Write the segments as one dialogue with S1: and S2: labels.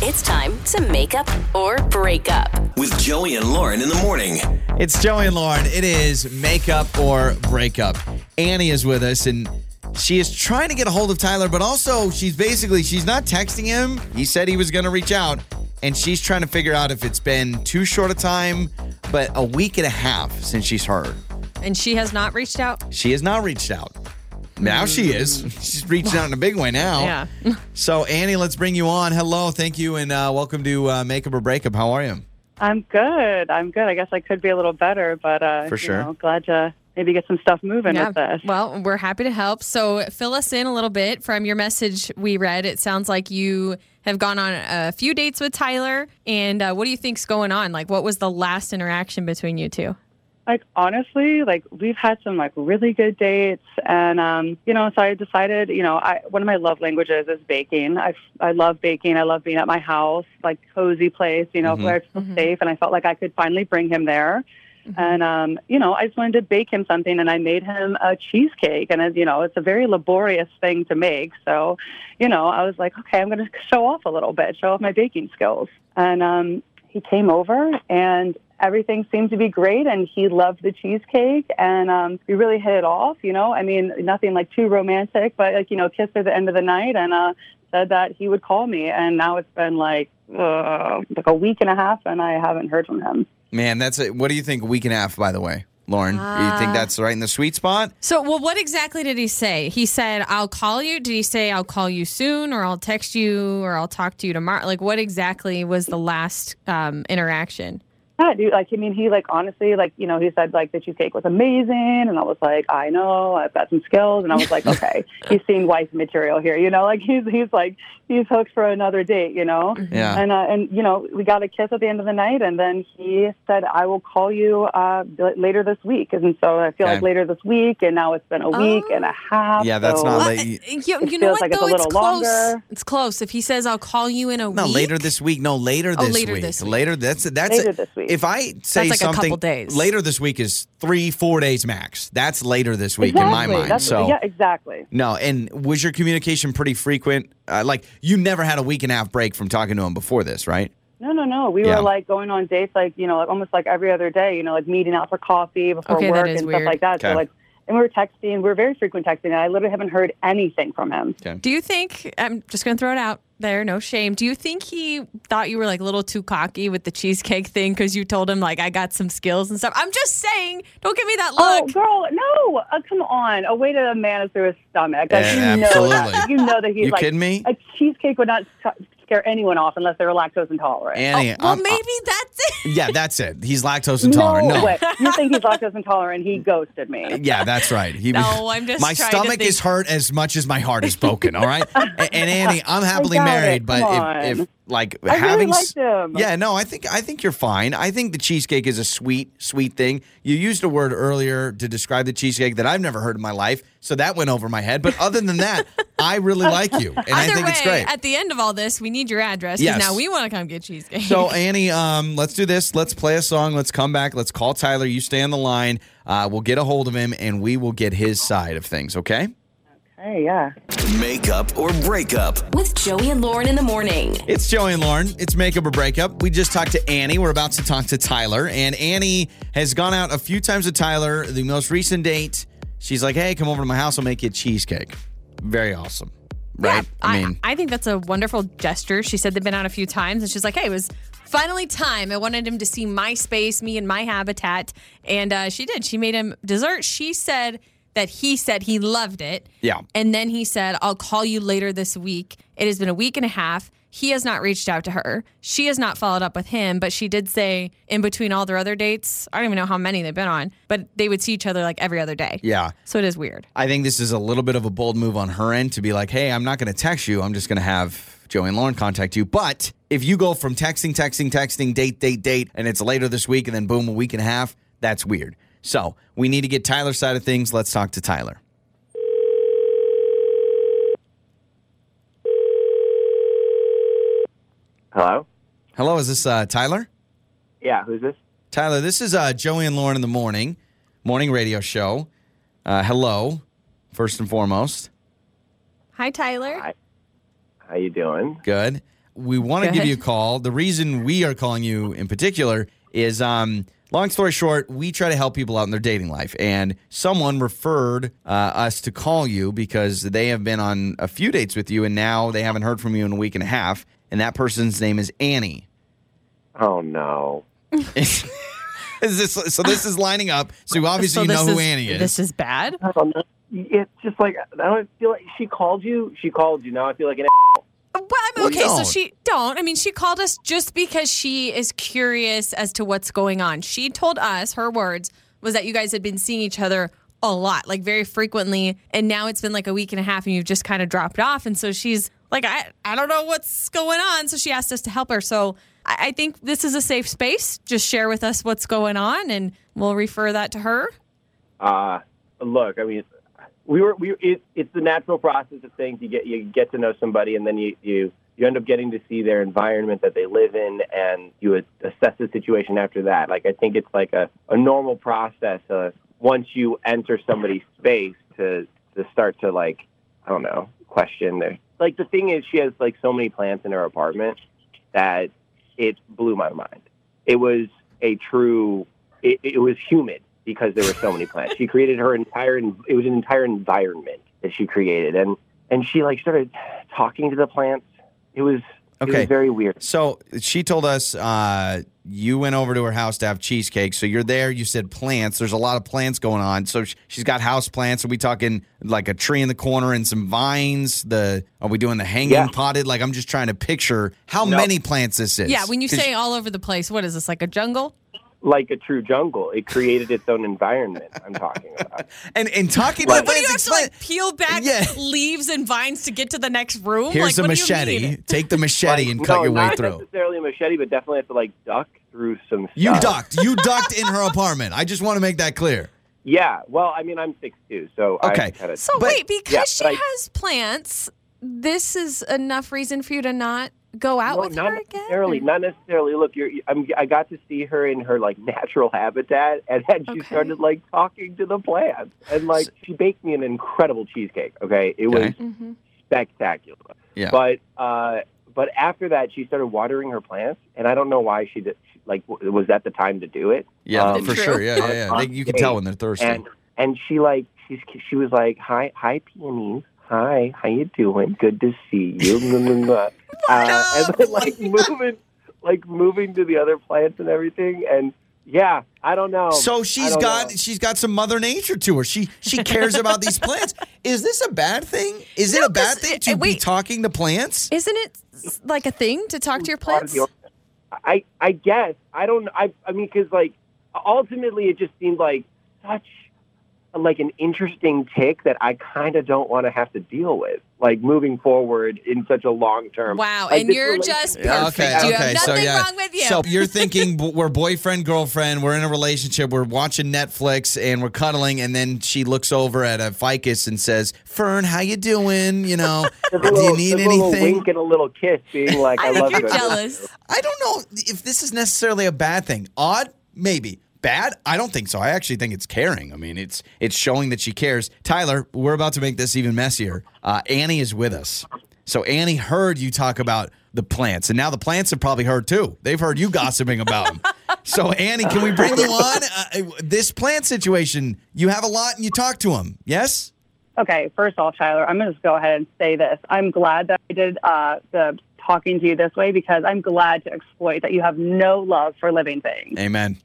S1: It's time to make up or break up.
S2: With Joey and Lauren in the morning.
S3: It's Joey and Lauren. It is makeup or breakup. Annie is with us and she is trying to get a hold of Tyler, but also she's basically she's not texting him. He said he was gonna reach out, and she's trying to figure out if it's been too short a time, but a week and a half since she's heard.
S4: And she has not reached out.
S3: She has not reached out. Now she is. She's reaching out in a big way now.
S4: Yeah.
S3: So Annie, let's bring you on. Hello, thank you, and uh, welcome to uh, Makeup or Breakup. How are you?
S5: I'm good. I'm good. I guess I could be a little better, but uh,
S3: For
S5: you
S3: sure.
S5: know, glad to maybe get some stuff moving with this.
S4: Well, we're happy to help. So fill us in a little bit from your message we read. It sounds like you have gone on a few dates with Tyler. And uh, what do you think's going on? Like, what was the last interaction between you two?
S5: Like honestly, like we've had some like really good dates, and um, you know, so I decided, you know, I one of my love languages is baking. I I love baking. I love being at my house, like cozy place, you know,
S3: Mhm.
S5: where it's
S4: Mm-hmm.
S5: safe, and I felt like I could finally bring him there. And um, you know, I just wanted to bake him something, and I made him a cheesecake. And as you know, it's a very laborious thing to make. So, you know, I was like, okay, I'm going to show off a little bit, show off my baking skills. And um, he came over, and everything seemed to be great. And he loved the cheesecake, and um, we really hit it off. You know, I mean, nothing like too romantic, but like you know, kissed at the end of the night, and uh, said that he would call me. And now it's been like uh, like a week and a half, and I haven't heard from him.
S3: Man, that's it. What do you think? A week and a half, by the way, Lauren. you think
S4: Ah.
S3: that's right in the sweet spot?
S4: So, well, what exactly did he say? He said, I'll call you. Did he say, I'll call you soon or I'll text you or I'll talk to you tomorrow? Like, what exactly was the last um, interaction?
S5: Yeah, dude. Like, I mean, he like honestly, like you know, he said like the cheesecake was amazing, and I was like, I know, I've got some skills, and I was like, okay, he's seen wife material here, you know, like he's he's like he's hooked for another date, you know,
S3: Yeah.
S5: and uh, and you know, we got a kiss at the end of the night, and then he said, I will call you uh, l- later this week, and so I feel
S3: Okay.
S5: like later this week, and now it's been a week and a half.
S3: Yeah, that's
S5: so-
S3: not
S4: Well,
S3: late.
S4: I- Uh, you,
S5: It
S4: you know what
S5: feels like it's
S4: though?
S5: a little
S4: close.
S5: longer.
S4: It's close. If he says, "I'll call you in a
S3: No,
S4: week,"
S3: later this week. No, later
S4: Oh,
S3: this
S4: later
S3: week.
S4: this week.
S3: Later. That's that's
S5: Later
S3: it.
S5: this week.
S3: If I say
S4: like a couple
S3: something,
S4: days.
S3: later this week is three, four days max. That's later this week in my
S5: Exactly.
S3: mind.
S5: That's-
S3: so
S5: yeah, exactly.
S3: no. And was your communication pretty frequent? Uh, like you never had a week and a half break from talking to him before this, right?
S5: No, no, no. We
S3: Yeah.
S5: were like going on dates, like you know, like almost like every other day. You know, like meeting out for coffee before
S4: Okay, that
S5: work
S4: is
S5: and
S4: weird.
S5: stuff like that.
S3: Okay.
S5: So like, and we were texting. We were very frequent texting, and I literally haven't heard anything from him.
S4: do you think? I'm just gonna throw it out there. No shame. Do you think he thought you were like a little too cocky with the cheesecake thing because you told him like I got some skills and stuff? I'm just saying. Don't give me that
S5: Oh,
S4: look.
S5: girl, no! Uh, come on, a way to a man is through his stomach. Like,
S3: Yeah,
S5: you know that.
S3: absolutely.
S5: You know that he's
S3: you
S5: like
S3: kidding me?
S5: a cheesecake would not sc- scare anyone off unless they were lactose intolerant.
S3: Annie.
S4: "Oh, well,
S3: I'm- uh,
S4: maybe that's it.
S3: yeah, that's it. He's lactose intolerant. No.
S5: way. you think he's lactose intolerant? He ghosted me.
S3: Yeah, that's right. He was-
S4: No, I'm just
S3: my
S4: trying to
S3: stomach is
S4: think.
S3: hurt as much as my heart is broken. All right, and, and Annie, I'm happily
S5: got it.
S3: married, but
S5: Come
S3: if,
S5: on.
S3: if like
S5: I really
S3: having s-
S5: liked him.
S3: yeah, no, I think I think you're fine. I think the cheesecake is a sweet, sweet thing. You used a word earlier to describe the cheesecake that I've never heard in my life, so that went over my head. But other than that, I really like you, and I
S4: Either
S3: think
S4: way,
S3: it's great.
S4: at the end of all this, we need your address 'cause
S3: Yes.
S4: now we want to come get cheesecake.
S3: So Annie, um, let's do this. Let's play a song. Let's come back. Let's call Tyler. You stay on the line. Uh, we'll get a hold of him, and we will get his side of things. Okay.
S5: Hey, yeah.
S2: Makeup or breakup.
S1: With Joey and Lauren in the morning.
S3: It's Joey and Lauren. It's Makeup or Breakup. We just talked to Annie. We're about to talk to Tyler. And Annie has gone out a few times with Tyler. The most recent date, she's like, hey, come over to my house. I'll make you a cheesecake. Very awesome. Right?
S4: Yeah, I, I think that's a wonderful gesture. She said they've been out a few times, and she's like, "Hey, it was finally time. I wanted him to see my space, me and my habitat." And uh, she did. She made him dessert. She said that he said he loved it.
S3: Yeah.
S4: And then he said, "I'll call you later this week." It has been a week and a half. He has not reached out to her. She has not followed up with him, but she did say in between all their other dates, I don't even know how many they've been on, but they would see each other like every other day.
S3: yeah.
S4: So it is weird.
S3: I think this is a little bit of a bold move on her end to be like, hey, I'm not going to text you. I'm just going to have Joey and Lauren contact you. But if you go from texting, texting, texting, date, date, date, and it's later this week, and then boom, a week and a half, that's weird. So we need to get Tyler's side of things. Let's talk to Tyler.
S6: Hello?
S3: Hello, is this uh, Tyler?
S6: Yeah, who's this?
S3: Tyler, this is uh, Joey and Lauren in the morning, morning radio show. Uh, hello, first and foremost.
S4: Hi, Tyler.
S6: Hi. How you doing?
S3: Good. we want to
S4: Go
S3: give
S4: ahead.
S3: you a call. The reason we are calling you in particular is um, long story short, we try to help people out in their dating life. And someone referred uh, us to call you because they have been on a few dates with you and now they haven't heard from you in a week and a half. And that person's name is Annie.
S6: Oh no.
S3: is this, so this is lining up. So you obviously
S4: So
S3: know
S4: this
S3: who
S4: is-
S3: Annie is.
S4: This is bad.
S6: I don't know. It's just like I don't feel like she called you. She called you. Now I feel like an.
S4: Well, I'm
S3: Well,
S4: okay. So
S3: don't.
S4: she don't. I mean, she called us just because she is curious as to what's going on. She told us her words was that you guys had been seeing each other a lot, like very frequently, and now it's been like a week and a half, and you've just kind of dropped off. And so she's like, I I don't know what's going on. So she asked us to help her. So I, I think this is a safe space. Just share with us what's going on, and we'll refer that to her.
S6: Uh, look, I mean, we were we. It, it's the natural process of things. You get you get to know somebody, and then you you you end up getting to see their environment that they live in, and you a- assess the situation after that. Like I think it's like a a normal process. Uh, once you enter somebody's space, to to start to like I don't know question their like the thing is she has like so many plants in her apartment that it blew my mind. It was a true. It, it was humid because there were so many plants. She created her entire. It was an entire environment that she created, and and she like started talking to the plants. It was it was
S3: Okay.
S6: very weird.
S3: So she told us uh, you went over to her house to have cheesecake. So you're there. You said plants. There's a lot of plants going on. So sh- she's got house plants. Are we talking like a tree in the corner and some vines? The are we doing the hanging
S6: Yeah.
S3: potted? Like I'm just trying to picture how
S6: No.
S3: many plants this is.
S4: Yeah, when you
S3: 'Cause
S4: say all over the place, what is this like a jungle?
S6: Like a true jungle, it created its own environment. I'm talking about.
S3: and and talking to
S6: Like-
S3: the
S4: What
S3: plants,
S4: do you have to
S3: explain-
S4: like peel back
S3: Yeah.
S4: leaves and vines to get to the next room?
S3: Here's
S4: like,
S3: a
S4: what Do you
S3: machete.
S4: mean?
S3: Take the machete
S6: Like,
S3: and cut
S6: no,
S3: your way
S6: not
S3: through.
S6: necessarily a machete, but definitely have to like duck through some.
S3: You
S6: stuff.
S3: ducked. You ducked in her apartment. I just want to make that clear.
S6: Yeah. Well, I mean, I'm six two, so
S3: Okay.
S6: I kinda,
S4: So
S3: But-
S4: wait, because
S6: yeah,
S4: she
S6: but I-
S4: has plants, this is enough reason for you to not go out
S6: No,
S4: with
S6: not
S4: her again.
S6: necessarily. Not necessarily. Look, you're, I'm, I got to see her in her like natural habitat, and then she
S4: Okay.
S6: started like talking to the plants, and like she baked me an incredible cheesecake. Okay, it was
S3: Okay.
S4: hmm
S6: spectacular.
S3: Yeah.
S6: But uh, but after that, she started watering her plants, and I don't know why she did. She, like, w- was that the time to do it?
S3: Yeah,
S6: Um,
S3: for
S4: True.
S3: sure. Yeah, yeah, yeah. They- you can tell when they're thirsty.
S6: and and she like she's she was like hi hi peonies hi how you doing good to see you Blah, blah, blah. uh, and then like moving like moving to the other plants and everything and yeah I don't know
S3: So
S6: I
S3: she's
S6: don't
S3: got
S6: know.
S3: she's got some mother nature to her. She she cares about these plants. Is this a bad thing? Is it a bad
S4: 'cause-
S3: thing to
S4: uh,
S3: be
S4: wait.
S3: talking to plants?
S4: Isn't it s- like a thing to talk to your
S6: Part of
S4: plants?
S6: the orphan- I I guess I don't I I mean because like ultimately it just seemed like such like an interesting tick that I kind of don't want to have to deal with like moving forward in such a long term
S4: Wow,
S6: Like,
S4: and
S6: this
S4: you're
S6: relation-
S4: just perfect.
S3: Yeah,
S4: you have
S3: so
S4: nothing
S3: yeah.
S4: wrong with you.
S3: So you're thinking b- we're boyfriend girlfriend, we're in a relationship, we're watching Netflix and we're cuddling, and then she looks over at a ficus and says, "Fern, how you doing? You know, do
S6: There's a little-
S3: you need
S6: there's a little
S3: anything?"
S6: wink and a little kiss, being like, "I,
S4: I
S6: love
S4: think you're
S6: you."
S4: jealous.
S3: I don't know if this is necessarily a bad thing. Odd, maybe. Bad? I don't think so. I actually think it's caring. I mean, it's it's showing that she cares. Tyler, we're about to make this even messier. Uh, Annie is with us, so Annie heard you talk about the plants, and now the plants have probably heard too. They've heard you gossiping about them. So Annie, can we bring you on? Uh, this plant situation, you have a lot, and you talk to them. Yes.
S5: Okay, first off, Tyler, I'm going to just go ahead and say this. I'm glad that I did uh, the talking to you this way because I'm glad to exploit that you have no love for living things.
S3: Amen.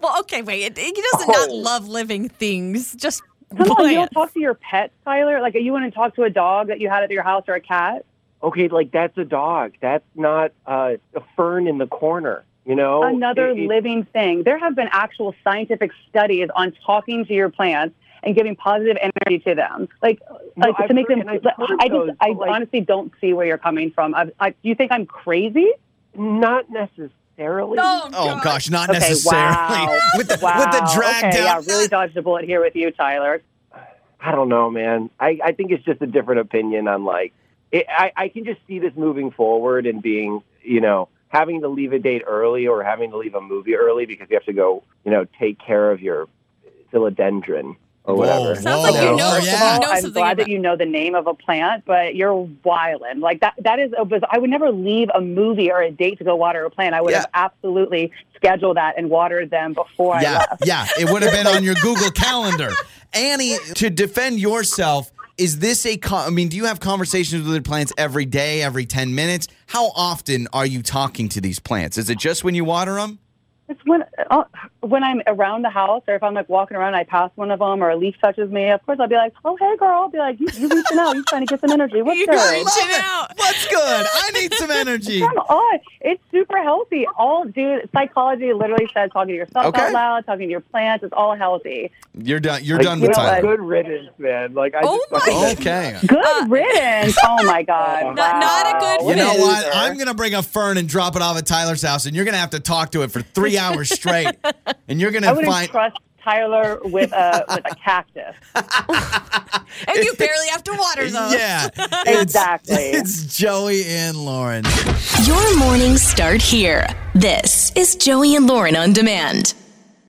S4: Well, okay, wait. It, he does
S6: Oh.
S4: not love living things. Just
S5: Come on, you don't
S4: plants.
S5: talk to your pets, Tyler. Like, you wouldn't talk to a dog that you had at your house or a cat.
S6: Okay, like that's a dog. That's not uh, a fern in the corner. You know,
S5: Another
S6: Oh, It- it-
S5: living thing. There have been actual scientific studies on talking to your plants and giving positive energy to them. Like,
S6: No,
S5: like
S6: I've
S5: to make
S6: heard-
S5: them.
S6: and I've heard
S5: I just,
S6: those,
S5: I
S6: but, like,
S5: honestly don't see where you're coming from. I, I, do you think I'm crazy?
S6: not necessarily.
S4: Oh,
S3: Oh
S4: God.
S3: gosh, not
S5: Okay,
S3: necessarily
S5: wow.
S3: with the
S5: Wow.
S3: with the drag
S5: okay,
S3: down.
S5: Yeah, really dodged a bullet here with you, Tyler.
S6: I don't know, man. I, I think it's just a different opinion on like. It, I, I can just see this moving forward and being, you know, having to leave a date early or having to leave a movie early because you have to go, you know, take care of your philodendron. or whatever.
S3: Whoa.
S4: Sounds like you
S3: Whoa.
S4: know-
S5: First
S4: yeah.
S5: of
S4: know
S5: all, I'm
S4: something
S5: glad
S4: about-
S5: that you know the name of a plant, but you're wildin'. Like that. That is a biz- I would never leave a movie or a date to go water a plant. I would
S3: Yeah.
S5: have absolutely scheduled that and watered them before I
S3: Yeah,
S5: left.
S3: yeah. It would have been on your Google Calendar. Annie, to defend yourself, is this a? Con- I mean, do you have conversations with the plants every day, every ten minutes? How often are you talking to these plants? Is it just when you water them?
S5: It's when uh, when I'm around the house, or if I'm like walking around, I pass one of them, or a leaf touches me. Of course, I'll be like, "Oh, hey, girl!" I'll be like, "You, you reaching out? You trying to get some energy? What's
S4: You
S5: good?"
S4: reach- Chill out.
S3: What's good? I need some energy.
S5: Come on, it's super healthy. All dude, psychology literally says talking to yourself
S3: Okay.
S5: out loud, talking to your plants. It's all healthy.
S3: You're done. You're
S6: Like,
S3: done
S6: you
S3: with
S5: know
S3: Tyler.
S6: Good riddance, man. Like I
S4: Oh
S6: just
S4: my
S6: fucking-
S3: Okay.
S5: Good riddance. oh my god,
S4: Uh, Not- not a good
S5: Wow.
S3: You know
S4: Loser.
S3: what? I'm gonna bring a fern and drop it off at Tyler's house, and you're gonna have to talk to it for three hours straight, and you're
S5: I
S3: gonna
S5: wouldn't
S3: find.
S5: trust Tyler with a with a cactus.
S4: And you barely have to water those.
S3: Yeah, it's-
S5: Exactly.
S3: It's Joey and Lauren.
S1: Your mornings start here. This is Joey and Lauren on demand.